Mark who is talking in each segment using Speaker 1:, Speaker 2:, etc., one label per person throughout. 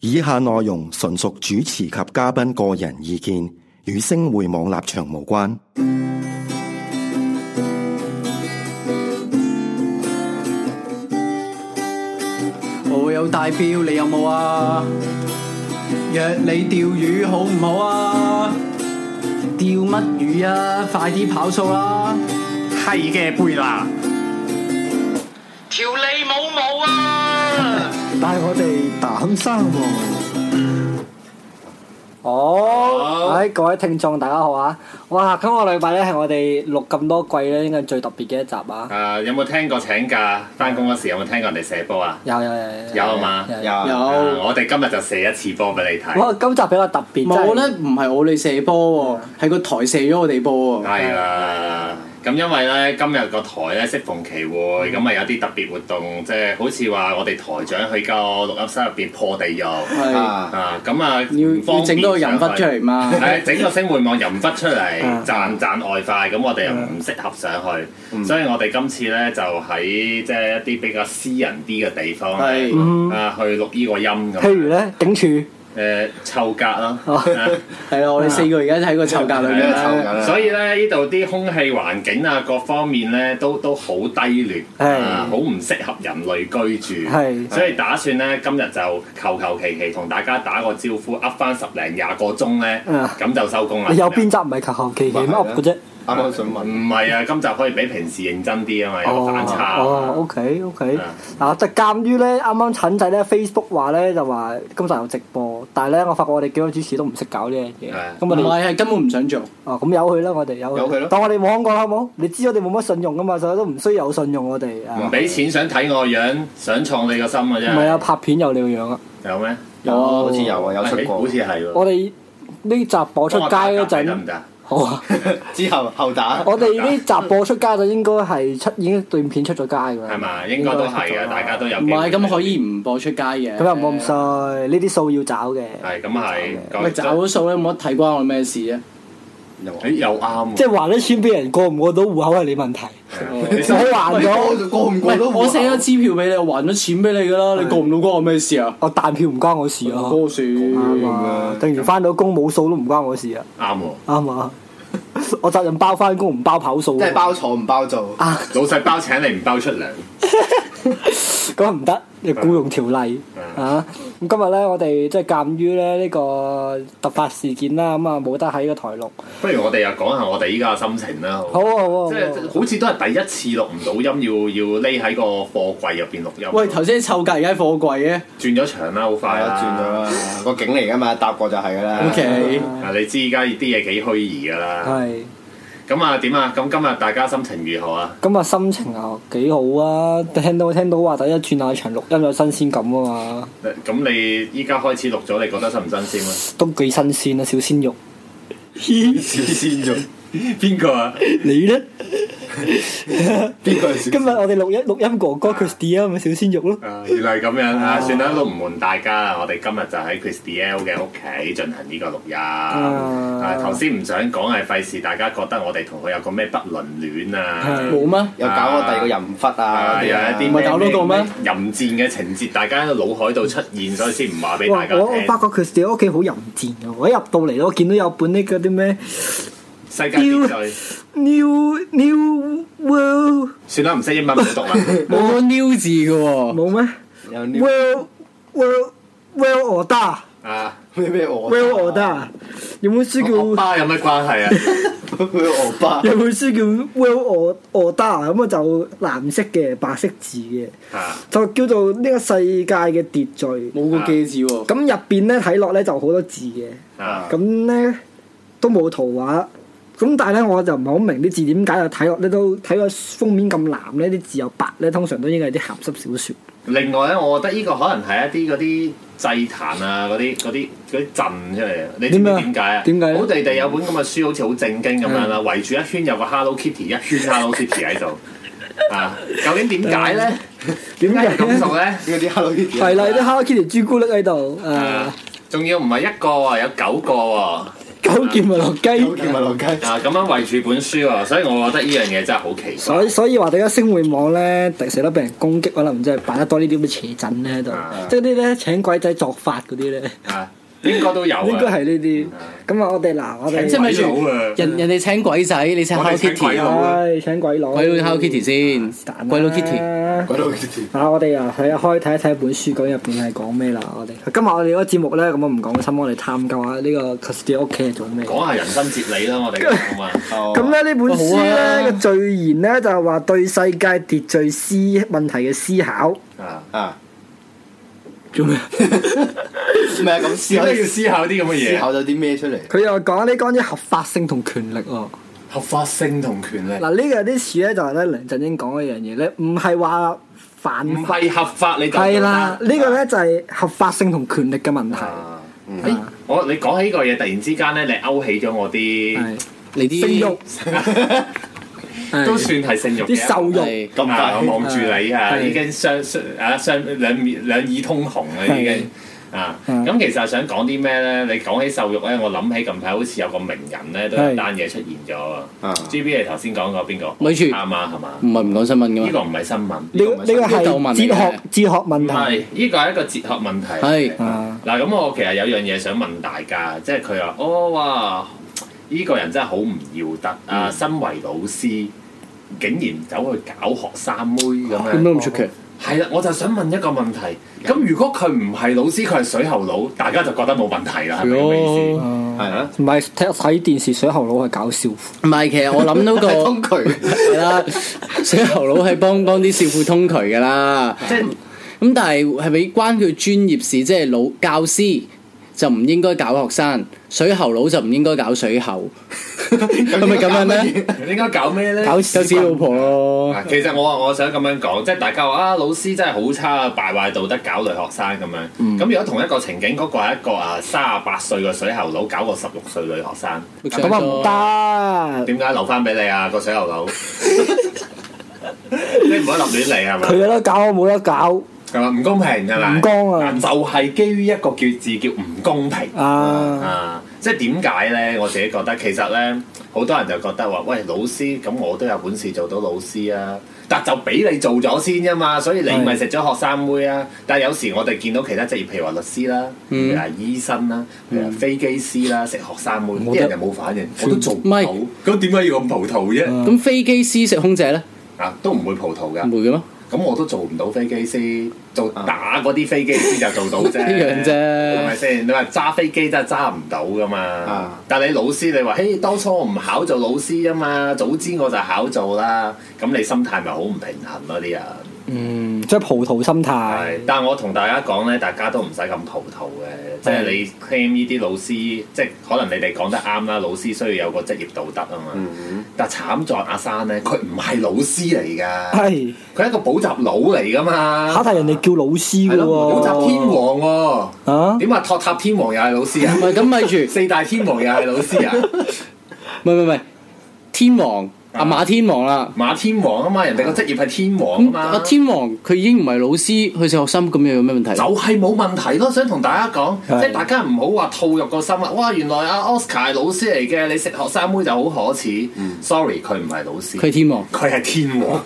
Speaker 1: 以下內容純屬主持及嘉賓個人意見，與星匯網立場無關。
Speaker 2: 我有帶表，你有冇啊？約你釣魚好唔好啊？釣乜魚啊？快啲跑數啦！
Speaker 3: 係嘅，貝拿。
Speaker 4: 條脷冇毛啊！
Speaker 5: 但係我哋膽生喎，
Speaker 2: 好，哎，各位聽眾大家好啊！哇，今個禮拜咧係我哋錄咁多季咧，應該最特別嘅一集啊！
Speaker 3: 誒，有冇聽過請假翻工嗰時有冇聽過人哋射波啊？
Speaker 2: 有有有
Speaker 3: 有啊嘛
Speaker 2: 有
Speaker 5: 有
Speaker 3: 啊我哋今日就射一次波俾你睇。
Speaker 2: 哇，今集比較特別，
Speaker 6: 冇
Speaker 2: 真係
Speaker 6: 咧，唔係我哋射波喎，係個台射咗我哋波喎。
Speaker 3: 係啦，咁因為咧今日個台咧適逢其會，咁啊咪有啲特別活動，即係好似話我哋台長去個錄音室入邊破地獄
Speaker 6: 係
Speaker 3: 啊，咁啊唔
Speaker 6: 要
Speaker 3: 方
Speaker 6: 要整多個
Speaker 3: 便
Speaker 6: 人忽
Speaker 3: 上去
Speaker 6: 出嚟嘛。 啊
Speaker 3: 係整個星匯網淫忽出嚟，賺賺外快，咁我哋又唔適合上
Speaker 6: 嗯
Speaker 3: 去，所以我哋今次咧就喺即係一啲比較私人啲嘅地方呢
Speaker 6: 係
Speaker 3: 啊去錄呢個音咁。
Speaker 2: 譬如咧警署，
Speaker 3: 誒臭格啦，
Speaker 6: 係啦，我哋四個而家喺個臭格哦裏面啦。
Speaker 3: 啊所以咧呢度啲空氣環境啊各方面咧都都好低劣，
Speaker 2: 係
Speaker 3: 啊好唔適合人類居住，
Speaker 2: 係
Speaker 3: 所以打算咧今日就求求其其同大家打個招呼，噏翻十零廿個鐘咧，
Speaker 2: 嗯
Speaker 3: 咁就收工啦。
Speaker 2: 你有邊集唔係求求其其乜噏嘅啫？
Speaker 5: 啱啱想問，
Speaker 3: 唔係啊，今集可以比平時認真啲啊嘛，有個反差。
Speaker 2: 哦，OK OK，
Speaker 3: 啊
Speaker 2: 嗱，就鑑於咧，啱啱陳仔咧 Facebook 話咧就話今集有直播，但係咧我發覺我哋幾個主持都唔識搞呢樣嘢，
Speaker 3: 係
Speaker 2: 咁
Speaker 6: 唔
Speaker 2: 我哋
Speaker 6: 係，係根本唔想做。
Speaker 2: 哦咁由佢啦，我哋由
Speaker 5: 由佢咯
Speaker 2: 當我哋冇講過啦，好冇？你知我哋冇乜信用噶嘛，所以都唔需要有信用我哋啊
Speaker 3: 唔。俾錢想睇我個樣，想創你個心嘅
Speaker 2: 唔
Speaker 3: 啫。
Speaker 2: 係啊，拍片有你個樣啊！
Speaker 3: 有咩？
Speaker 6: 有
Speaker 5: 好似有啊，有出
Speaker 3: 哎好
Speaker 5: 過
Speaker 3: 似。係喎。
Speaker 2: 我哋呢集播出街
Speaker 3: 幫我
Speaker 2: 嗰
Speaker 3: 打格仔得唔
Speaker 2: 陣，
Speaker 3: 得？
Speaker 2: 好啊！
Speaker 5: 之後後打，
Speaker 2: 我哋呢集播出街嗰陣應該係出已經段片出咗街㗎啦。
Speaker 3: 係嘛？應該都係
Speaker 2: 啊
Speaker 3: 嘅，大家都有
Speaker 6: 唔
Speaker 3: 機會。
Speaker 6: 係，咁可以唔播出街嘅。
Speaker 2: 咁又唔好咁衰，呢啲數要找嘅。
Speaker 3: 係咁係。
Speaker 6: 咪找咗數咧，冇得睇關我咩事啊！
Speaker 3: 誒又啱喎。
Speaker 2: 即係還咗錢俾人過唔過到戶口係你問題，
Speaker 3: 你
Speaker 2: 你還咗。
Speaker 5: 哎過過唔過都
Speaker 6: 喂我寫咗支票俾你，我還咗錢俾你噶啦，你過唔到關我咩事啊？
Speaker 2: 我彈票唔關我 事啊，
Speaker 6: 多事
Speaker 2: 啱啊！定然翻到工冇數都唔關我事啊，
Speaker 3: 啱喎。
Speaker 2: 啱啊！我責任包翻工唔包跑數
Speaker 5: 即
Speaker 2: 啊，
Speaker 5: 係包坐唔包做，
Speaker 3: 老細包請你唔包出糧，
Speaker 2: 咁唔得，你僱用條例
Speaker 3: 嗯
Speaker 2: 啊！咁今日咧，我哋即係鑑於咧呢個突發事件啦，咁啊冇得喺個台錄。
Speaker 3: 不如我哋又講下我哋依家嘅心情啦。好
Speaker 2: 好啊好啊
Speaker 3: 即
Speaker 2: 好啊
Speaker 3: 係好似都係第一次錄唔到音，要要匿喺個貨櫃入邊錄音。
Speaker 6: 喂，頭先臭格而家喺貨櫃嘅
Speaker 3: 轉咗場啦，好快
Speaker 5: 係
Speaker 3: 啦，
Speaker 5: 啊，轉咗。啦，個景嚟噶嘛，搭過就係噶啦。
Speaker 6: ，OK，
Speaker 3: 啊！你知而家啲嘢幾虛擬㗎啦，
Speaker 2: 係
Speaker 3: 咁啊點啊？咁今日大家心情如何啊？
Speaker 2: 咁啊，心情啊幾好啊！聽到聽到話第一轉下場錄音有新鮮感啊嘛，
Speaker 3: 咁你依家開始錄咗，你覺得新唔新鮮啊？
Speaker 2: 都幾新鮮啊，小鮮 肉。
Speaker 5: 黐線咗，
Speaker 3: 邊個啊？
Speaker 2: 你咧？
Speaker 5: 邊個係小
Speaker 2: 今日我哋錄音錄音哥哥 Christy 啊，咪小鮮肉咯。
Speaker 3: 啊原來咁樣啊！算啦，都唔瞞大家啦。我哋今日就喺 Christy L 嘅屋企進行呢個錄音。啊，頭先唔想講係費事，大家覺得我哋同佢有個咩不倫戀啊？
Speaker 6: 冇咩？
Speaker 5: 又搞我第二個淫忽啊？
Speaker 3: 啊！
Speaker 5: 嗰
Speaker 3: 有一
Speaker 5: 啲啊
Speaker 3: 啲
Speaker 6: 唔係搞到個咩
Speaker 3: 淫戰嘅情節，大家喺腦海度出現，所以先唔話俾大
Speaker 2: 哇！
Speaker 3: 家
Speaker 2: 我我
Speaker 3: 聽
Speaker 2: 發。覺 Christy 屋企好淫賤嘅，我一入到嚟我見到有本呢嗰啲咩
Speaker 3: 世界秩序，
Speaker 2: New New World
Speaker 3: 算啦，唔識英文唔好讀啦。
Speaker 6: 冇個 new 字嘅喎，
Speaker 2: 冇咩
Speaker 5: 有啲
Speaker 2: ？World World World Order
Speaker 3: 啊，
Speaker 5: 咩咩我
Speaker 2: World Order 有本書
Speaker 3: 惡
Speaker 2: 叫
Speaker 3: 巴有咩關係啊？
Speaker 5: 咩我巴
Speaker 2: 有本書叫 World Order 咁啊就藍色嘅白色字嘅，
Speaker 3: 啊，
Speaker 2: 就叫做呢個世界嘅秩序。
Speaker 6: 冇個記字喎。
Speaker 2: 咁入邊咧睇落咧就好多字嘅，
Speaker 3: 啊
Speaker 2: 咁咧都冇圖畫。咁但係咧我就唔係好明啲字點解就睇落咧都睇個封面咁藍咧，啲字又白咧，通常都應該係啲鹹濕小説。
Speaker 3: 另外咧，我覺得呢個可能係一啲嗰啲祭壇啊，嗰啲嗰啲嗰啲陣出嚟嘅。你知唔知
Speaker 2: 點啊
Speaker 3: 點解啊？
Speaker 2: 點解咧
Speaker 3: 好地地有本咁嘅書，好似好正經咁樣啦，圍住一圈有個 Hello Kitty，一圈 Hello Kitty 喺度。啊，究竟點解咧？點解係咁做咧？
Speaker 5: 嗰啲 Hello Kitty 啊
Speaker 3: 啊
Speaker 2: 啊係啦，有啲 Hello Kitty 朱古力喺度，誒、
Speaker 3: 啊仲要唔係一個喎，有九個喎。
Speaker 7: 九件咪落
Speaker 5: 有
Speaker 7: 雞。
Speaker 5: 叫咪落街。
Speaker 3: 啊，咁樣圍住本書喎，所以我覺得呢樣嘢真係好奇怪。
Speaker 2: 所以所以話大家星匯網咧，第時咧俾人攻擊，可能即係扮得多呢啲咁嘅邪陣咧喺度
Speaker 3: 啊，
Speaker 2: 即係啲咧請鬼仔作法嗰啲咧，
Speaker 3: 啊，應該都有啊。
Speaker 2: 應該係呢啲。咁啊，我哋嗱，我哋
Speaker 8: 即係咪住
Speaker 3: 鬼佬啊
Speaker 8: 人人哋請鬼仔，你請
Speaker 3: 我
Speaker 8: Hello
Speaker 3: 哋請
Speaker 8: Kitty，
Speaker 3: 鬼佬
Speaker 2: 唉請鬼佬，
Speaker 8: 鬼佬 Hello Kitty 先
Speaker 2: 但啦，
Speaker 8: 鬼佬 Kitty。
Speaker 5: 嗰度係
Speaker 2: 啊！我哋啊，睇一開睇一睇本書，究竟入邊係講咩啦？我哋今日我哋嗰個節目咧，咁啊我唔講心，我哋探究下呢個 c u s t 屋企係做咩。
Speaker 3: 講下人生哲理啦，我哋講啊嘛。
Speaker 5: 哦
Speaker 2: 咁咧呢本書
Speaker 8: 好啊
Speaker 2: 咧嘅序言咧就係話對世界秩序思問題嘅思考。
Speaker 3: 啊，
Speaker 5: 啊，
Speaker 2: 做咩？
Speaker 5: 咩啊咁思
Speaker 3: 點
Speaker 5: 考
Speaker 3: 解要思考啲咁嘅
Speaker 5: 思
Speaker 3: 嘢？
Speaker 5: 考咗啲咩出嚟？
Speaker 2: 佢又講呢關於合法性同權力喎。
Speaker 3: 合法性同權力，
Speaker 2: 嗱呢個有啲似咧就係咧梁振英講嗰樣嘢咧，唔係話犯
Speaker 3: 唔
Speaker 2: 法。
Speaker 3: 係啊合法你就
Speaker 2: 係啦，呢個
Speaker 3: 個
Speaker 2: 咧就係合法性同權力嘅問題。嗯
Speaker 3: 誒，哎我你講起呢個嘢，突然之間咧，你勾起咗我啲
Speaker 2: 係
Speaker 8: 你啲
Speaker 2: 性 慾
Speaker 3: 都
Speaker 2: 係
Speaker 3: 算係性慾嘅
Speaker 2: 啲受辱。
Speaker 8: 係
Speaker 5: 咁快
Speaker 3: 啊我望住你啊，
Speaker 2: 係
Speaker 3: 已經雙雙啊雙兩面兩耳通紅啦，已經啊。
Speaker 2: 嗯
Speaker 3: 咁其實想講啲咩咧？你講起受辱咧，我諗起近排好似有個名人咧，都有
Speaker 2: 係
Speaker 3: 一單嘢出現咗啊
Speaker 5: 啊。
Speaker 3: G B 你頭先講過邊個？
Speaker 8: 咪住
Speaker 3: 啱啊，係嘛？
Speaker 8: 唔係唔講新聞
Speaker 3: 呢
Speaker 8: 噶嘛？
Speaker 3: 個唔係新聞，
Speaker 2: 呢個呢個
Speaker 8: 呢個鬥
Speaker 2: 係
Speaker 8: 問嚟嘅
Speaker 2: 哲學哲學問
Speaker 3: 唔
Speaker 2: 題。
Speaker 3: 係呢個係一個哲學問題。
Speaker 8: 係
Speaker 2: 啊
Speaker 3: 嗱，咁我其實有樣嘢想問大家，即係佢話：哦，哇！呢個人真係好唔要得啊！身為老師，竟然走去搞學生妹咁樣，
Speaker 7: 點都唔出奇。
Speaker 3: 係啦，我就想問一個問題。咁如果佢唔係老師，佢係水喉佬，大家就覺得冇問題啦，係咪咁嘅意思？
Speaker 2: 啊
Speaker 5: 係啊，
Speaker 2: 唔係睇睇電視水喉佬係搞笑，
Speaker 3: 啊
Speaker 8: 唔係，其實我諗
Speaker 6: 哦
Speaker 8: 到個
Speaker 5: 通渠
Speaker 8: 係啦，水喉佬係幫幫啲少婦通渠噶啦。
Speaker 3: 即係
Speaker 8: 咁但係係咪關佢專業事？即係老教師就唔應該搞學生，水喉佬就唔應該搞水喉，係咪咁樣咧？
Speaker 3: 應該搞咩咧？
Speaker 8: 搞屎老婆咯，
Speaker 3: 啊其實我我想咁樣講，即係大家話啊，老師真係好差啊，敗壞道德搞女學生咁樣。咁、如果同一個情景，嗰、個係一個啊三十八歲嘅水喉佬搞個十六歲女學生，
Speaker 2: 咁啊唔得。
Speaker 3: 點解留翻俾你啊個水喉佬？你唔可以立亂嚟係
Speaker 2: 佢
Speaker 3: 咪？
Speaker 2: 有得搞，我冇得搞
Speaker 3: 係啊嘛？唔公平係咪？
Speaker 2: 唔公啊
Speaker 3: 嗱就係基於一個叫字叫唔公平。
Speaker 2: 啊！
Speaker 3: 啊，即係點解咧？我自己覺得其實咧，好多人就覺得話：喂，老師咁我都有本事做到老師啊，但就俾你做咗先啫嘛，所以你咪食咗學生妹啊。但係有時我哋見到其他職業，譬如話律師啦，
Speaker 2: 嗯
Speaker 3: 譬如話醫生啦，譬如話飛機師啦，食學生妹，啲人就冇反應，我都做唔
Speaker 8: 唔
Speaker 3: 到，咁點解要咁葡萄
Speaker 2: 嗯
Speaker 3: 啫？
Speaker 8: 咁飛機師食空姐咧，
Speaker 3: 啊，都唔會葡萄
Speaker 8: 唔
Speaker 3: 㗎。
Speaker 8: 會嘅咩？
Speaker 3: 咁我都做唔到飛機師，做打嗰啲飛機師就做到啫，
Speaker 8: 一樣啫
Speaker 3: 係咪先？你話揸飛機真係揸唔到噶嘛？
Speaker 5: 啊
Speaker 3: 但係你老師你話，嘿，當初我唔考做老師啊嘛，早知我就考做啦。咁你心態咪好唔平衡咯、啲人。
Speaker 2: 嗯，即係葡萄心態。
Speaker 3: 係，但係我同大家講咧，大家都唔使咁葡萄嘅，即係
Speaker 2: 係
Speaker 3: 你 claim 呢啲老師，即係可能你哋講得啱啦，老師需要有個職業道德啊嘛。但係慘在阿生咧，佢唔係老師嚟㗎，
Speaker 2: 係
Speaker 3: 佢係一個補習佬嚟㗎嘛。
Speaker 2: 考題人哋叫老師
Speaker 3: 係
Speaker 2: 嘅喎，
Speaker 3: 咯，補習天王
Speaker 2: 啊
Speaker 3: 喎，點話托塔天王又係老師啊
Speaker 8: 唔？係咁咪住，
Speaker 3: 四大天王又係老師啊？
Speaker 8: 唔係唔係唔係，天王阿馬天王啦。
Speaker 3: 馬天王啊嘛，人哋個職業係天王啊
Speaker 8: 咁
Speaker 6: 嗯
Speaker 3: 嘛，
Speaker 8: 阿天王佢已經唔係老師，去食學生，咁又有咩問題？
Speaker 3: 就係冇問題咯。想同大家講，即
Speaker 2: 係
Speaker 3: 係大家唔好話套入個心啊！哇，原來阿 Oscar 係老師嚟嘅，你食學生妹就好可恥。Sorry，佢唔係老師，
Speaker 8: 佢係天王，
Speaker 3: 佢係天王，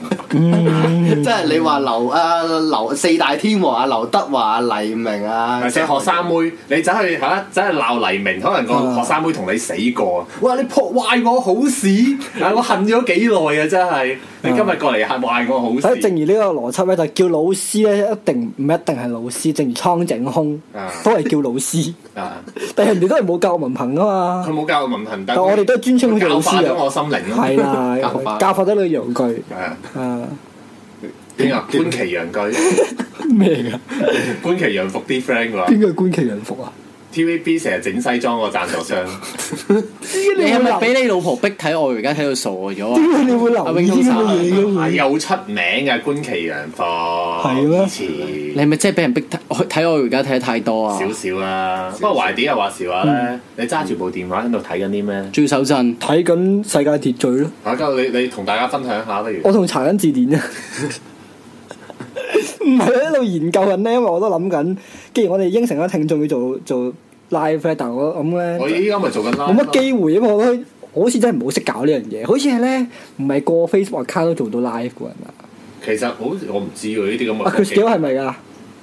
Speaker 5: 即係你話劉啊劉四大天王啊劉德華啊黎明啊，
Speaker 3: 食學生妹，你走去嚇，走去鬧黎明，可能個學生妹同你死過啊！哇，你破壞我好事，啊，我恨咗幾耐啊！真係，你今日過嚟係壞我好
Speaker 2: 所以
Speaker 3: 事
Speaker 2: 啊正。如呢個邏輯咧，就係叫老師咧，一定唔一定係老師，正如蒼井空
Speaker 3: 啊
Speaker 2: 都係叫老師，
Speaker 3: 啊！
Speaker 2: 但係人哋都係冇教文憑啊
Speaker 3: 佢
Speaker 2: 嘛，
Speaker 3: 冇教我文憑，但
Speaker 2: 但我哋都係專稱佢
Speaker 3: 教
Speaker 2: 做老師
Speaker 3: 化
Speaker 2: 嘅
Speaker 3: 咗我心靈咯。
Speaker 2: 係啦
Speaker 5: 教法，
Speaker 2: 教法得你陽具
Speaker 3: 係啊，
Speaker 2: 啊
Speaker 3: 邊啊？ 潘奇陽居，
Speaker 2: 咩㗎？
Speaker 3: 潘奇陽服啲 friend 話
Speaker 2: 邊個係觀其人服啊？
Speaker 3: TVB 成日整西裝個贊助商，
Speaker 8: 你係咪俾你老婆逼睇我？而家睇到傻咗啊！
Speaker 2: 點解你會留意呢啲咁嘅嘢嘅
Speaker 3: 啊係
Speaker 2: 會？
Speaker 3: 又哎出名嘅潘奇陽服，
Speaker 2: 嗯係咩
Speaker 3: 以前
Speaker 8: 你係咪真係俾人逼睇？我睇我而家睇得太多啊！
Speaker 3: 少少啦。不過懷啲又話時話
Speaker 2: 嗯
Speaker 3: 咧，你揸住部電話喺度睇緊啲咩？
Speaker 8: 最手震，
Speaker 2: 睇緊世界秩序咯，
Speaker 3: 啊，咁你你同大家分享下不如？
Speaker 2: 我仲查緊字典啊！ 唔係喺度研究緊咧，因為我都諗緊，既然我哋應承咗聽眾要做做 live 咧，但我諗咧。
Speaker 3: 我依家咪做緊 live
Speaker 2: 冇乜
Speaker 3: 咯
Speaker 2: 機會，因啊為我覺得我好似真係唔好識搞呢樣嘢，好似係咧唔係個 Facebook account 都做到 live 嘅人啊！
Speaker 3: 其實好似我唔知喎，呢啲咁
Speaker 2: 阿
Speaker 3: 嘅
Speaker 2: Chris 啊幾係咪㗎？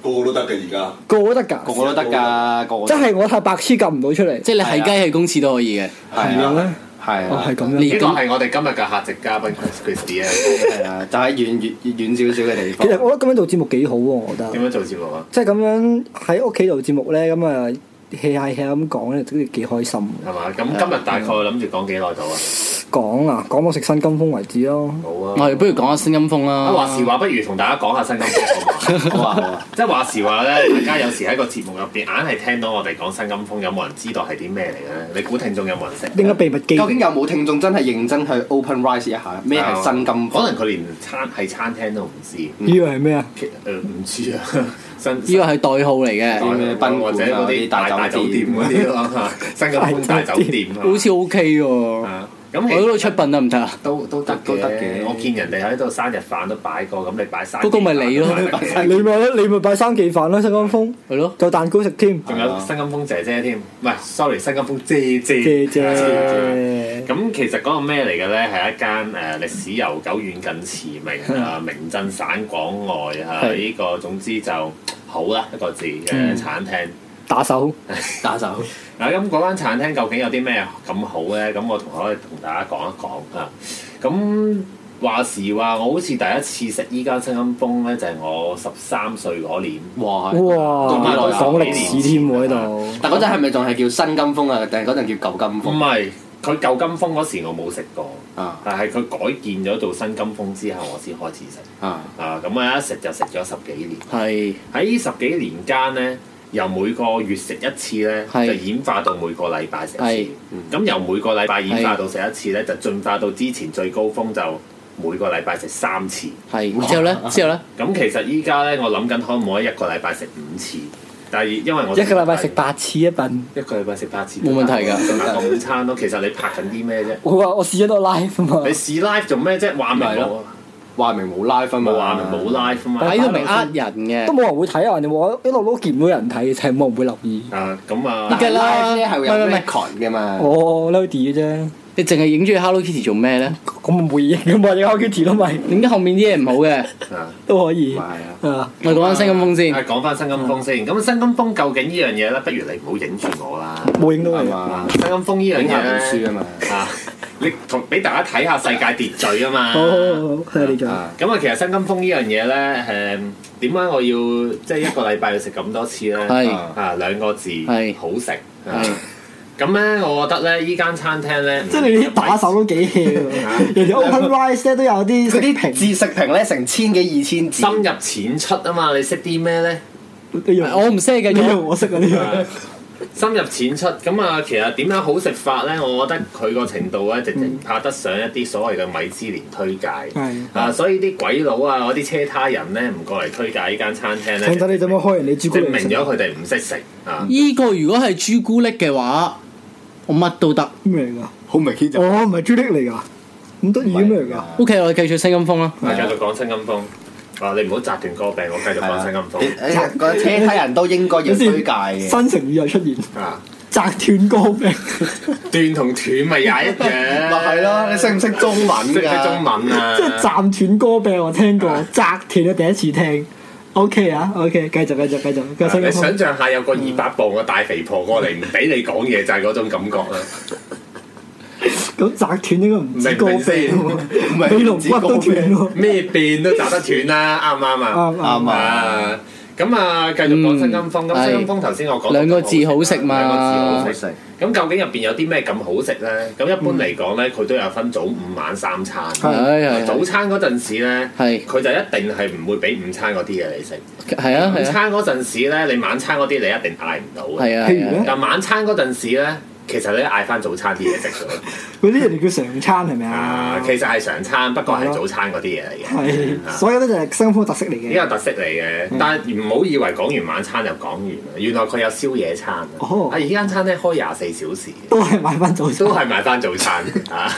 Speaker 9: 個個都得嘅而家。
Speaker 2: 個個都得
Speaker 5: 個
Speaker 2: 㗎，
Speaker 5: 個都得㗎，個個都
Speaker 2: 真係我太白痴撳唔到出嚟，
Speaker 6: 即係你係
Speaker 3: 啊
Speaker 6: 雞係公廁都可以嘅。
Speaker 5: 係
Speaker 2: 係咁
Speaker 5: 啊
Speaker 2: 咧，
Speaker 5: 係
Speaker 2: 哦
Speaker 5: 啊
Speaker 2: 係咁
Speaker 6: 你
Speaker 2: 樣。
Speaker 3: 呢個係我哋今日嘅客席嘉賓 Chris Christie
Speaker 5: 係啊，就喺遠遠遠少少嘅
Speaker 2: 其
Speaker 5: 地
Speaker 2: 實
Speaker 5: 方。
Speaker 2: 我覺得咁樣做節目幾好喎，我覺
Speaker 3: 啊，
Speaker 2: 得
Speaker 3: 點樣做節目啊？
Speaker 2: 即係咁樣喺屋企做節目咧，咁啊 hea 下 hea 下咁講咧，都幾開心嘅。
Speaker 3: 係嘛？咁今日大概諗住講幾耐到啊？
Speaker 2: 講啊，講到食新金風為止咯。
Speaker 3: 好
Speaker 6: 我
Speaker 3: 啊！
Speaker 6: 哋不如講下聲音風啦。
Speaker 3: 啊話時話，不如同大家講下新金風好唔好啊 即係話時話咧，大家有時喺個節目入邊，硬係聽到我哋講新金風，有冇人知道係啲咩嚟嘅咧？你估聽眾有冇人識？
Speaker 2: 應該秘密基
Speaker 5: 究竟有冇聽眾真係認真去 open rise 一下咩
Speaker 3: 啊
Speaker 5: 係新金
Speaker 3: 可
Speaker 5: 風？
Speaker 3: 能佢連餐係餐廳都唔知，誒
Speaker 2: 呢個係咩啊？
Speaker 3: 唔知啊， 新
Speaker 6: 呢個係代號嚟嘅，
Speaker 5: 啲咩賓館啊
Speaker 3: 或者嗰啲大
Speaker 5: 啲
Speaker 3: 大
Speaker 5: 大
Speaker 3: 酒
Speaker 5: 酒
Speaker 3: 店
Speaker 5: 店
Speaker 3: 嗰啲咯， 新加坡大酒店啊
Speaker 6: 好似 OK 喎。我
Speaker 3: 啊，咁其
Speaker 6: 嗰度
Speaker 3: 實
Speaker 6: 出品得唔得啊？
Speaker 3: 都都得
Speaker 5: 都得
Speaker 3: 嘅，
Speaker 5: 嘅
Speaker 3: 我見人哋喺度生日飯都擺過，咁你擺生
Speaker 6: 嗰個咪你咯
Speaker 2: 你咪你咪擺生記飯啦，新金風
Speaker 6: 係咯，
Speaker 2: 有蛋糕食添，
Speaker 3: 仲有新金風姐姐添，唔係，sorry，新金風姐姐。
Speaker 2: 謝 謝。
Speaker 3: 咁其實嗰個咩嚟嘅咧？係一間誒、呃、歷史悠久、遠近馳名啊，名震省港外啊，
Speaker 2: 係
Speaker 3: 呢個總之就好啦一個字嘅餐廳。
Speaker 2: 打手
Speaker 5: 打手
Speaker 3: 嗱，咁嗰間餐廳究竟有啲咩咁好咧？咁我同可以同大家講一講啊。咁話時話，我好似第一次食依間清金風咧，就係、我十三歲嗰年。
Speaker 5: 哇！
Speaker 2: 哇，講歷史添喎喺度。
Speaker 5: 但嗰陣係咪仲係叫新金風啊？定係嗰陣叫舊金
Speaker 3: 唔
Speaker 5: 風
Speaker 3: 係，佢舊金風嗰時我冇食過，
Speaker 5: 啊
Speaker 3: 但係佢改建咗做新金風之後，我先開始食。
Speaker 5: 啊？
Speaker 3: 啊，咁啊一食就食咗十幾年。
Speaker 6: 係
Speaker 3: 喺呢十幾年間咧，由每個月食一次咧，
Speaker 6: 係
Speaker 3: 就演化到每個禮拜食一
Speaker 6: 係
Speaker 3: 次。咁由每個禮拜演化
Speaker 6: 係
Speaker 3: 到食一次咧，就進化到之前最高峰就每個禮拜食三次。
Speaker 6: 係。之後咧，之後咧，
Speaker 3: 咁其實依家咧，我諗緊可唔可以一個禮拜食五次？但係因為我
Speaker 2: 一個禮拜食八次一份，
Speaker 3: 一個禮拜食八次
Speaker 6: 冇問題㗎
Speaker 3: 食個午餐咯。其實你拍緊啲咩啫？
Speaker 2: 我話我試咗多 live 啊嘛
Speaker 3: 你，試 live 做咩啫？話明
Speaker 5: 咪係
Speaker 3: 冇啊
Speaker 5: 咯，話明冇 live 啊嘛，
Speaker 3: 冇話明冇 live 啊嘛
Speaker 2: 係。
Speaker 6: 喺度明呃人
Speaker 2: 都
Speaker 6: 嘅。
Speaker 2: 冇人會睇啊！人哋我一路都見唔到人睇，就係冇人會留意。
Speaker 3: 啊，咁
Speaker 5: 但
Speaker 3: 啊，
Speaker 5: 係 live 咧係會有
Speaker 6: 唔係唔係
Speaker 5: record 嘅嘛。
Speaker 2: 我 lady 嘅啫，
Speaker 6: 你淨係影住 Hello Kitty 做咩咧？
Speaker 2: 咁唔會影噶嘛，有 Kitty 都咪
Speaker 6: 點解後面啲嘢唔好 嘅？
Speaker 3: 啊。
Speaker 2: 都可以
Speaker 5: 咪係啊
Speaker 2: 啊！
Speaker 6: 我哋講緊聲音風
Speaker 3: 啊
Speaker 6: 先。
Speaker 3: 講翻新金風
Speaker 2: 嗯
Speaker 3: 先，咁新金風究竟呢樣嘢咧，不如你唔好影住我啦。啊
Speaker 2: 冇影到
Speaker 5: 係
Speaker 2: 你，
Speaker 5: 嘛？
Speaker 3: 新金風呢樣
Speaker 5: 影下本
Speaker 3: 嘢
Speaker 5: 書
Speaker 3: 咧，
Speaker 5: 啊嘛。
Speaker 3: 啊，你同俾大家睇下世界秩序啊嘛。
Speaker 2: 好好好，好係你做。
Speaker 5: 啊
Speaker 3: 咁啊，其實新金風呢樣嘢咧，誒點解我要即係一個禮拜要食咁多次咧？
Speaker 6: 係
Speaker 3: 啊兩個字，
Speaker 6: 係
Speaker 3: 好食。啊
Speaker 6: 係
Speaker 3: 咁咧，我覺得咧，依間餐廳咧，
Speaker 2: 即係你啲打手都幾 hea 喎，人哋 Open Rise 咧都有啲
Speaker 5: 嗰
Speaker 2: 食
Speaker 5: 啲
Speaker 2: 評，
Speaker 5: 字食評咧成千幾二千字
Speaker 3: 深，入淺出啊嘛，你識啲咩咧？
Speaker 2: 你用
Speaker 6: 我唔識嘅，
Speaker 2: 你
Speaker 6: 咁
Speaker 2: 用我識啊呢樣，
Speaker 3: 深入淺出咁啊，其實點樣好食法咧？我覺得佢個程度咧，直
Speaker 5: 嗯
Speaker 3: 情拍得上一啲所謂嘅米芝蓮推介。
Speaker 2: 係
Speaker 3: 啊，所以啲鬼佬啊，嗰啲車他人咧，唔過嚟推介呢間餐廳咧，
Speaker 2: 睇睇你點樣開人哋朱古
Speaker 3: 證
Speaker 2: 力
Speaker 3: 明
Speaker 2: 食
Speaker 3: 咗佢哋唔識食
Speaker 5: 嗯
Speaker 3: 啊。
Speaker 6: 依個如果係朱古力嘅話，我乜都得。
Speaker 2: 咩嚟㗎？
Speaker 5: 好明顯就
Speaker 2: 哦，唔係朱古力嚟㗎，咁得意咩嚟㗎？
Speaker 6: OK，我哋繼續聲音風啦。
Speaker 3: 啊，繼續講新金風。啊，你唔好摘斷歌病，我繼續講新金
Speaker 5: 係啊你個車睇人都應該要
Speaker 2: 等先
Speaker 5: 推介嘅。
Speaker 2: 新成語又出現，
Speaker 3: 風啊。
Speaker 2: 摘斷歌柄，
Speaker 3: 斷同斷咪也一樣。
Speaker 2: 啊
Speaker 5: 咪係咯，你識唔識中文㗎？
Speaker 3: 識唔識中文
Speaker 2: 即係
Speaker 3: 啊？
Speaker 2: 斬斷歌柄，我聽過，摘斷咧第一次聽。O K 啊，O K，繼續繼續繼續，繼續
Speaker 3: 你想象下有個二百磅嘅大肥婆過
Speaker 5: 嗯
Speaker 3: 嚟，唔俾你講嘢，就係嗰種感覺啦。
Speaker 2: 咁摘斷應該唔止歌
Speaker 5: 明 唔
Speaker 2: 柄，
Speaker 5: 明
Speaker 2: 尾
Speaker 5: 先
Speaker 2: 龍骨都斷咯。
Speaker 3: 咩變都斬得斷啦，啱唔啱啊？
Speaker 2: 啱啱
Speaker 5: 啱
Speaker 3: 啊！咁啊，繼續講新金風。咁
Speaker 6: 嗯
Speaker 3: 新金風頭先我講
Speaker 6: 兩個字好食嘛
Speaker 3: 啊兩個
Speaker 5: 好
Speaker 3: 字好食。
Speaker 5: 食。
Speaker 3: 咁究竟入邊有啲咩咁好食咧？咁一般嚟講咧，佢都有分早午晚三餐。
Speaker 6: 係係
Speaker 3: 早
Speaker 6: 係
Speaker 3: 餐嗰陣時咧，
Speaker 6: 係
Speaker 3: 佢就一定係唔會俾午餐嗰啲嘢你食。
Speaker 6: 係啊
Speaker 3: 午
Speaker 6: 係啊
Speaker 3: 餐嗰陣時咧，你晚餐嗰啲你一定嗌唔到嘅。
Speaker 6: 係啊。
Speaker 2: 譬如
Speaker 6: 係啊
Speaker 2: 呢
Speaker 3: 但晚餐嗰陣時咧，其實你都嗌翻早餐啲嘢食 咗。
Speaker 2: 嗰啲人哋叫常餐係咪
Speaker 3: 啊
Speaker 2: 啊，？
Speaker 3: 其實係常餐，不過係早餐嗰啲嘢嚟嘅。
Speaker 2: 係，
Speaker 3: 啊
Speaker 2: 所有都就係新加坡特色嚟
Speaker 3: 呢
Speaker 2: 嘅。
Speaker 3: 個特色嚟嘅，但係唔好以為講完晚餐就講完啦，原來佢有宵夜餐啊！
Speaker 2: 哦
Speaker 3: 啊，而間餐廳開廿四小時，
Speaker 2: 都係買翻早餐
Speaker 3: 都。係賣翻早餐啊！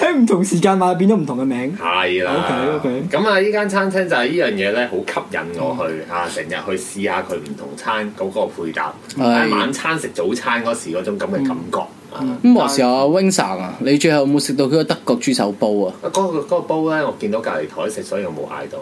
Speaker 2: 喺唔同時間買變咗唔同嘅名。
Speaker 3: 係啦。
Speaker 2: OK，OK
Speaker 3: 咁啊，依間餐廳就係呢樣嘢咧，好吸引我去啊！成日去試下佢唔同餐嗰個配搭，
Speaker 6: 係
Speaker 3: 晚餐食早餐嗰時嗰種咁嘅感覺啊！
Speaker 6: 咁話時候阿 Wing Sir 啊，你最後有冇食到佢個德國豬手煲啊？
Speaker 3: 嗰、個嗰個煲咧，我見到隔離台食，所以我冇嗌到。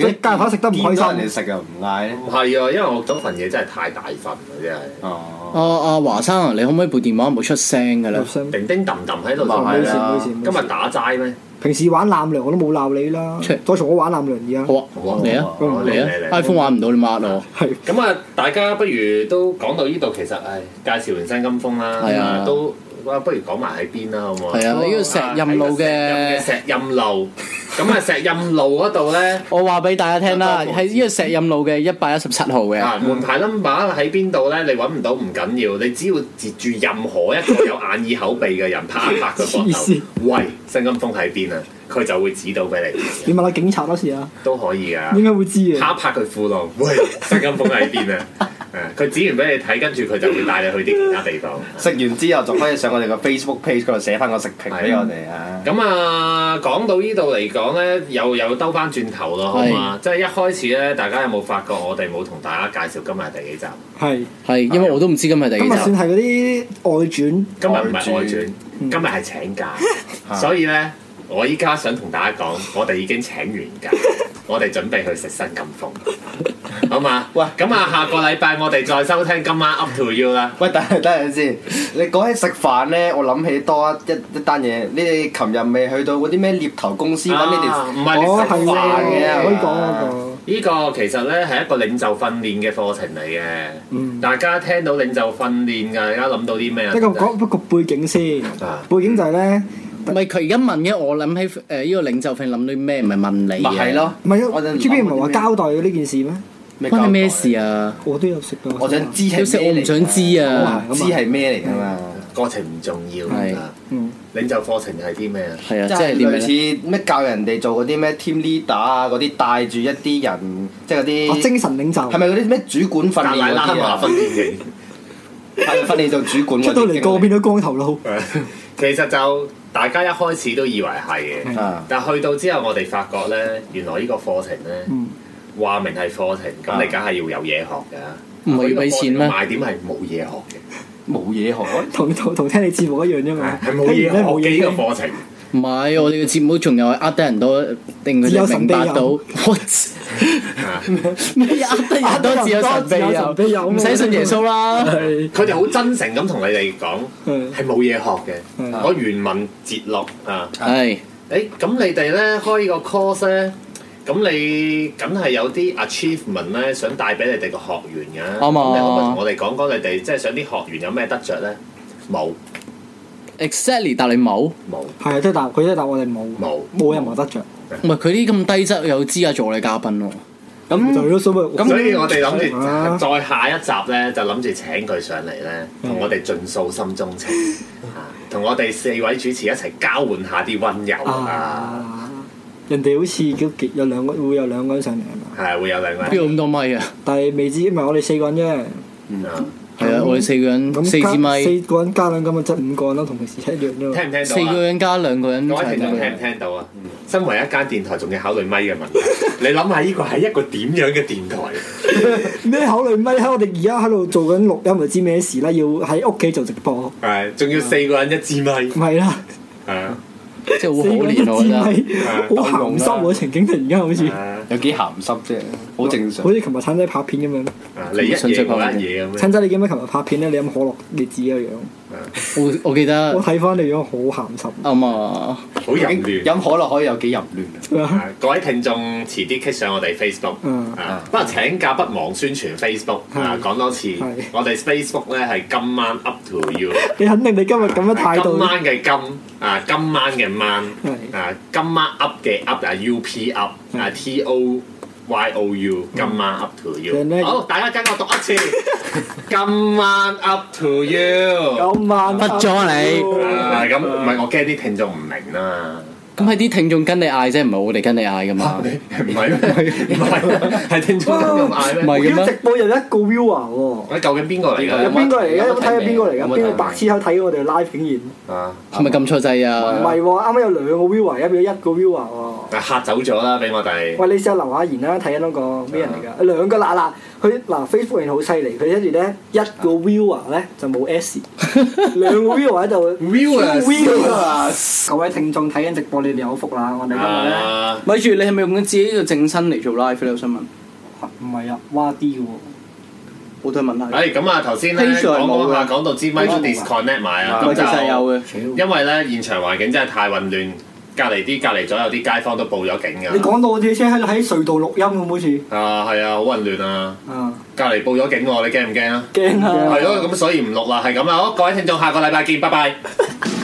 Speaker 2: 你隔排食得唔開
Speaker 5: 見到人哋
Speaker 2: 心，
Speaker 5: 食又唔嗌咧
Speaker 3: 唔。係啊，因為我嗰份嘢真係太大份啦，真係
Speaker 5: 哦，
Speaker 6: 阿阿華生啊，你可唔可以部電話冇出聲㗎啦
Speaker 2: 入？心
Speaker 3: 叮叮揼揼喺度就哦係
Speaker 2: 冇事
Speaker 3: 啦。
Speaker 2: 冇事
Speaker 3: 今
Speaker 2: 冇事
Speaker 3: 日打齋咩？
Speaker 2: 平時玩濫糧我都冇鬧你啦，
Speaker 6: 切
Speaker 2: 再從我玩濫糧而家嗯
Speaker 6: 好啊，嚟啊
Speaker 3: 好啊
Speaker 6: 嚟
Speaker 3: 嚟嚟嚟
Speaker 6: 啊！iPhone 玩唔到你抹我。
Speaker 2: 係
Speaker 3: 咁啊，大家不如都講到呢度，其實誒介紹完新金峰啦，
Speaker 6: 係啊
Speaker 3: 都哇不如講埋喺邊啦，好唔好
Speaker 6: 係啊呢個石蔭路嘅
Speaker 3: 啊喺個石蔭嘅石蔭路，咁啊石蔭路嗰度咧。
Speaker 6: 我話俾大家聽啦，
Speaker 3: 德國
Speaker 6: 喺呢個石蔭路嘅一百一十七號嘅。
Speaker 3: 啊！門牌 number 喺邊度咧？你揾唔到唔緊要，你只要截住任何一個有眼耳口鼻嘅人，拍一拍佢膊
Speaker 2: 黐線
Speaker 3: 頭，喂，新金峰喺邊啊？佢就會指導俾你，
Speaker 2: 你問下警察多時啊，
Speaker 3: 都可 以噶。
Speaker 2: 應該會知嘅。
Speaker 3: 拍一拍佢褲浪，喂，新金峰喺邊啊？誒，佢指完俾你睇，跟住佢就會帶你去啲其他地方。
Speaker 5: 食完之後仲可以上我哋個 Facebook page 嗰度寫翻個食評俾
Speaker 3: 係啊
Speaker 5: 我哋啊。
Speaker 3: 咁啊，講到呢度嚟講呢，又又兜翻轉頭咯，好嘛？即係一開始呢，大家有冇發覺我哋冇同大家介紹今日係第幾集？
Speaker 2: 係啊
Speaker 6: 係，因為我都唔知今日第幾
Speaker 2: 今日
Speaker 6: 集
Speaker 2: 算。係嗰啲外傳，
Speaker 3: 今日唔係
Speaker 5: 外傳嗯
Speaker 3: 外傳，今日係請 假，所以呢，我依家想同大家講，我哋已經請完 假，我哋準備去食新金鳳，好嘛？
Speaker 5: 喂
Speaker 3: 咁啊，下個禮拜我哋再收聽今晚 Up to You 啦。
Speaker 5: 喂，等陣等陣先，你講起食飯咧，我諗起多一一單嘢。你哋琴日未去到嗰啲咩獵頭公司揾你
Speaker 3: 啊唔
Speaker 5: 哋？
Speaker 3: 係你
Speaker 2: 哦
Speaker 3: 食
Speaker 2: 係
Speaker 3: 飯
Speaker 2: 喎，
Speaker 5: 啊
Speaker 3: 嘅，
Speaker 2: 可以講嗰
Speaker 3: 呢個其實咧係一個領袖訓練嘅課程嚟嘅，大家聽到領袖訓練㗎，大家諗到啲咩啊？
Speaker 2: 個，一個講一個背景先
Speaker 3: 啊，
Speaker 2: 背景就係咧，
Speaker 6: 唔係佢而家問嘅，我諗起誒呢個領袖訓諗到咩？唔係問你啊
Speaker 5: 咪
Speaker 6: 嘅。
Speaker 5: 係咯，
Speaker 2: 唔係啊
Speaker 5: 我陣
Speaker 2: G B 唔係話交代咗呢件事咩？
Speaker 5: 咩
Speaker 6: 關你咩
Speaker 5: 交代
Speaker 6: 事？啊？
Speaker 2: 我都有食過。
Speaker 5: 我想知
Speaker 6: 有時
Speaker 5: 係
Speaker 6: 我
Speaker 5: 咩
Speaker 6: 唔
Speaker 5: 嚟㗎
Speaker 6: 想知啊。
Speaker 5: 知係咩嚟㗎嘛？
Speaker 3: 過程唔重要㗎
Speaker 6: 係，
Speaker 2: 嗯
Speaker 3: 領袖課程係啲咩啊？
Speaker 6: 係啊，
Speaker 5: 即
Speaker 6: 即係
Speaker 5: 係
Speaker 6: 點樣咧？
Speaker 5: 類似咩教人哋做嗰啲咩 team leader 啊，嗰啲帶住一啲人，即係嗰
Speaker 2: 啊
Speaker 5: 啲
Speaker 2: 精神領袖
Speaker 5: 係咪嗰啲咩主管訓
Speaker 3: 格
Speaker 5: 練
Speaker 3: 乃
Speaker 5: 嗰
Speaker 3: 拉
Speaker 5: 啲
Speaker 3: 馬
Speaker 5: 啊
Speaker 3: 訓？練營。
Speaker 5: 係訓練做主管嗰
Speaker 2: 出
Speaker 5: 啲
Speaker 2: 到嚟個個變咗光頭佬，
Speaker 3: 其實就大家一開始都以為係
Speaker 5: 經
Speaker 3: 嘅，
Speaker 5: 理啊！
Speaker 3: 但去到之後我哋發覺咧，原來呢個課程咧
Speaker 2: 嗯
Speaker 3: 話明係課程，咁你梗係要有嘢學㗎。啊
Speaker 6: 唔係要俾錢咩
Speaker 3: 佢呢個課程嘅賣點係冇嘢學嘅，
Speaker 5: 冇嘢學。
Speaker 2: 同同同聽你節目一樣啫嘛。
Speaker 3: 係冇嘢
Speaker 2: 聽完啊呢
Speaker 3: 學嘅呢
Speaker 2: 聽
Speaker 3: 個課程。
Speaker 6: 唔係，我哋嘅節目仲有呃得人多，定佢
Speaker 2: 只
Speaker 6: 哋
Speaker 2: 有神
Speaker 6: 明
Speaker 2: 秘
Speaker 6: 白
Speaker 2: 友
Speaker 6: 到 what 咩呃得人多只有神秘
Speaker 2: 呃得人多自有神秘
Speaker 6: 友，
Speaker 2: 友
Speaker 6: 唔使信耶穌啦。
Speaker 2: 係
Speaker 3: 佢哋好真誠咁同你哋講，
Speaker 2: 嗯
Speaker 3: 係冇嘢學嘅。
Speaker 2: 嗯
Speaker 3: 我原文節錄啊，
Speaker 6: 係
Speaker 3: 誒咁你哋咧開呢個 course 咧，咁你梗係有啲 achievement 咧，想帶俾你哋個學員嘅。
Speaker 6: 啱啊
Speaker 3: 咁你可唔可以同我哋講講你哋即係想啲學員有咩得着咧？冇
Speaker 6: exactly，但你冇，唔
Speaker 3: 冇
Speaker 2: 係啊，都係答佢都係答我哋冇
Speaker 3: 冇
Speaker 2: 冇任何得着，
Speaker 6: 係佢啲咁低質有資格做我哋嘉賓喎。
Speaker 2: 就
Speaker 5: 咁
Speaker 2: 係所謂
Speaker 3: 所以我哋諗
Speaker 2: 啊
Speaker 3: 住再下一集咧，就諗住請佢上嚟咧，
Speaker 6: 嗯
Speaker 3: 同我哋盡訴心中情，啊同我哋四位主持一齊交換下啲温柔啊，
Speaker 2: 啊，人哋好似都幾有兩個會有兩個人上嚟啊嘛，
Speaker 3: 係會有兩
Speaker 6: 邊
Speaker 3: 位。
Speaker 6: 有咁多咪啊？
Speaker 2: 但係未知，因為我哋四個人啫，
Speaker 3: 啊
Speaker 6: 係啊，我哋四個人
Speaker 2: 咁
Speaker 6: 四
Speaker 2: 加
Speaker 6: 支咪，
Speaker 2: 四個人加兩咁咪即係五個人咯，同平時一樣啫嘛。
Speaker 3: 聽唔聽到啊？
Speaker 6: 四個人加兩個人一
Speaker 3: 各位
Speaker 6: 齊
Speaker 3: 聽眾聽唔聽到啊？身為一間電台，仲要考慮咪嘅問 題，你諗下呢個係一個點樣嘅電台？
Speaker 2: 咩考慮咪喺我哋而家喺度做緊錄音，咪知咩事啦？要喺屋企做直播，
Speaker 3: 係，仲要四個人一支 咪，
Speaker 2: 唔係啦，
Speaker 3: 係啊，
Speaker 6: 即係
Speaker 2: 四
Speaker 6: 好可
Speaker 2: 個人一支
Speaker 6: 憐我覺得。
Speaker 2: 咪，
Speaker 5: 啊
Speaker 2: 好鹹濕喎情景，突然間好
Speaker 3: 啊
Speaker 2: 似
Speaker 5: 有幾鹹濕啫，好正常
Speaker 2: 好。似琴日橙仔拍片咁樣。
Speaker 3: 啊你一嘢我一嘢咁樣
Speaker 2: 橙，仔，你記唔記得琴日拍片咧？你飲可樂，你自己個樣，
Speaker 6: 我我記
Speaker 5: 啊
Speaker 6: 得
Speaker 2: 我睇翻你樣好鹹濕。
Speaker 6: 啱啊，
Speaker 3: 好淫亂。
Speaker 5: 飲可樂可以有幾淫亂啊？
Speaker 3: 啊各位聽眾，遲啲 k 上我哋 Facebook，
Speaker 2: 嗯
Speaker 3: 啊不過請假不忘宣傳 Facebook，啊講多次
Speaker 2: 係，
Speaker 3: 我哋 Facebook 咧係今晚 Up to You。
Speaker 2: 你肯定你今日咁嘅態
Speaker 3: 今
Speaker 2: 度，
Speaker 3: 晚嘅金啊，今晚嘅晚
Speaker 2: 係
Speaker 3: 啊，今晚 up 嘅 up 啊，U P up 啊，T O Y O U，今晚 up to
Speaker 2: 人咧
Speaker 3: you。好，大家跟我讀一次，今晚 up to you。
Speaker 2: 今晚
Speaker 6: 不咗啊你
Speaker 3: 啊，咁唔係我驚啲聽眾唔明啦。
Speaker 6: 咁係啲聽眾跟你嗌啫，唔係我哋跟你嗌噶嘛。
Speaker 3: 唔係咩？唔係，係聽眾咁嗌咩？
Speaker 6: 唔係嘅
Speaker 2: 屌
Speaker 6: 咩
Speaker 2: 直播有一個 viewer 喎。
Speaker 3: 喂究竟邊個嚟㗎？
Speaker 2: 有
Speaker 3: 有冇
Speaker 2: 邊個嚟嘅？
Speaker 5: 有
Speaker 2: 有
Speaker 5: 冇
Speaker 2: 冇睇下邊個嚟
Speaker 5: 有
Speaker 2: 嘅？
Speaker 5: 冇睇
Speaker 2: 邊個白痴喺睇我哋 live 竟
Speaker 3: 啊！
Speaker 6: 係咪撳錯掣
Speaker 2: 然？唔
Speaker 6: 啊？
Speaker 2: 係喎，啱啱有兩個 viewer，而家變咗一個 viewer 喎。
Speaker 3: 但啊嚇走咗啦，俾我哋。
Speaker 2: 喂，你試下留下言啦，睇緊嗰個咩人嚟㗎？兩個嗱嗱，佢嗱 Facebook 人好犀利，佢跟住咧一個 viewer 咧就冇 S，兩個 viewer 喺度
Speaker 5: Viewers
Speaker 2: viewers。各位聽眾睇緊直播，你哋有福啦！我哋今日咧
Speaker 3: 啊！
Speaker 7: 咪住你係咪用緊自己嘅正身嚟做 live 咧？我想問，
Speaker 2: 唔係啊，哇啲嘅喎，
Speaker 7: 我都係問下。
Speaker 3: 誒咁啊，頭先咧
Speaker 7: Patreon
Speaker 3: 講講下
Speaker 7: 冇㗎
Speaker 3: 講到支咪都 disconnect 埋啊，
Speaker 7: 咪
Speaker 3: 咁
Speaker 7: 其
Speaker 3: 就
Speaker 7: 實有嘅，
Speaker 3: 因為咧現場環境真係太混亂，隔離啲隔離左右啲街坊都報咗警
Speaker 2: 你
Speaker 3: 㗎。
Speaker 2: 講到我哋車喺喺隧道錄音咁好似
Speaker 3: 啊，係啊，好混亂啊！
Speaker 2: 啊，
Speaker 3: 隔離報咗警喎，你驚唔驚啊？
Speaker 2: 驚啊！
Speaker 3: 係咯，咁所以唔錄啦，係咁啦，好，各位聽眾，下個禮拜見，拜拜。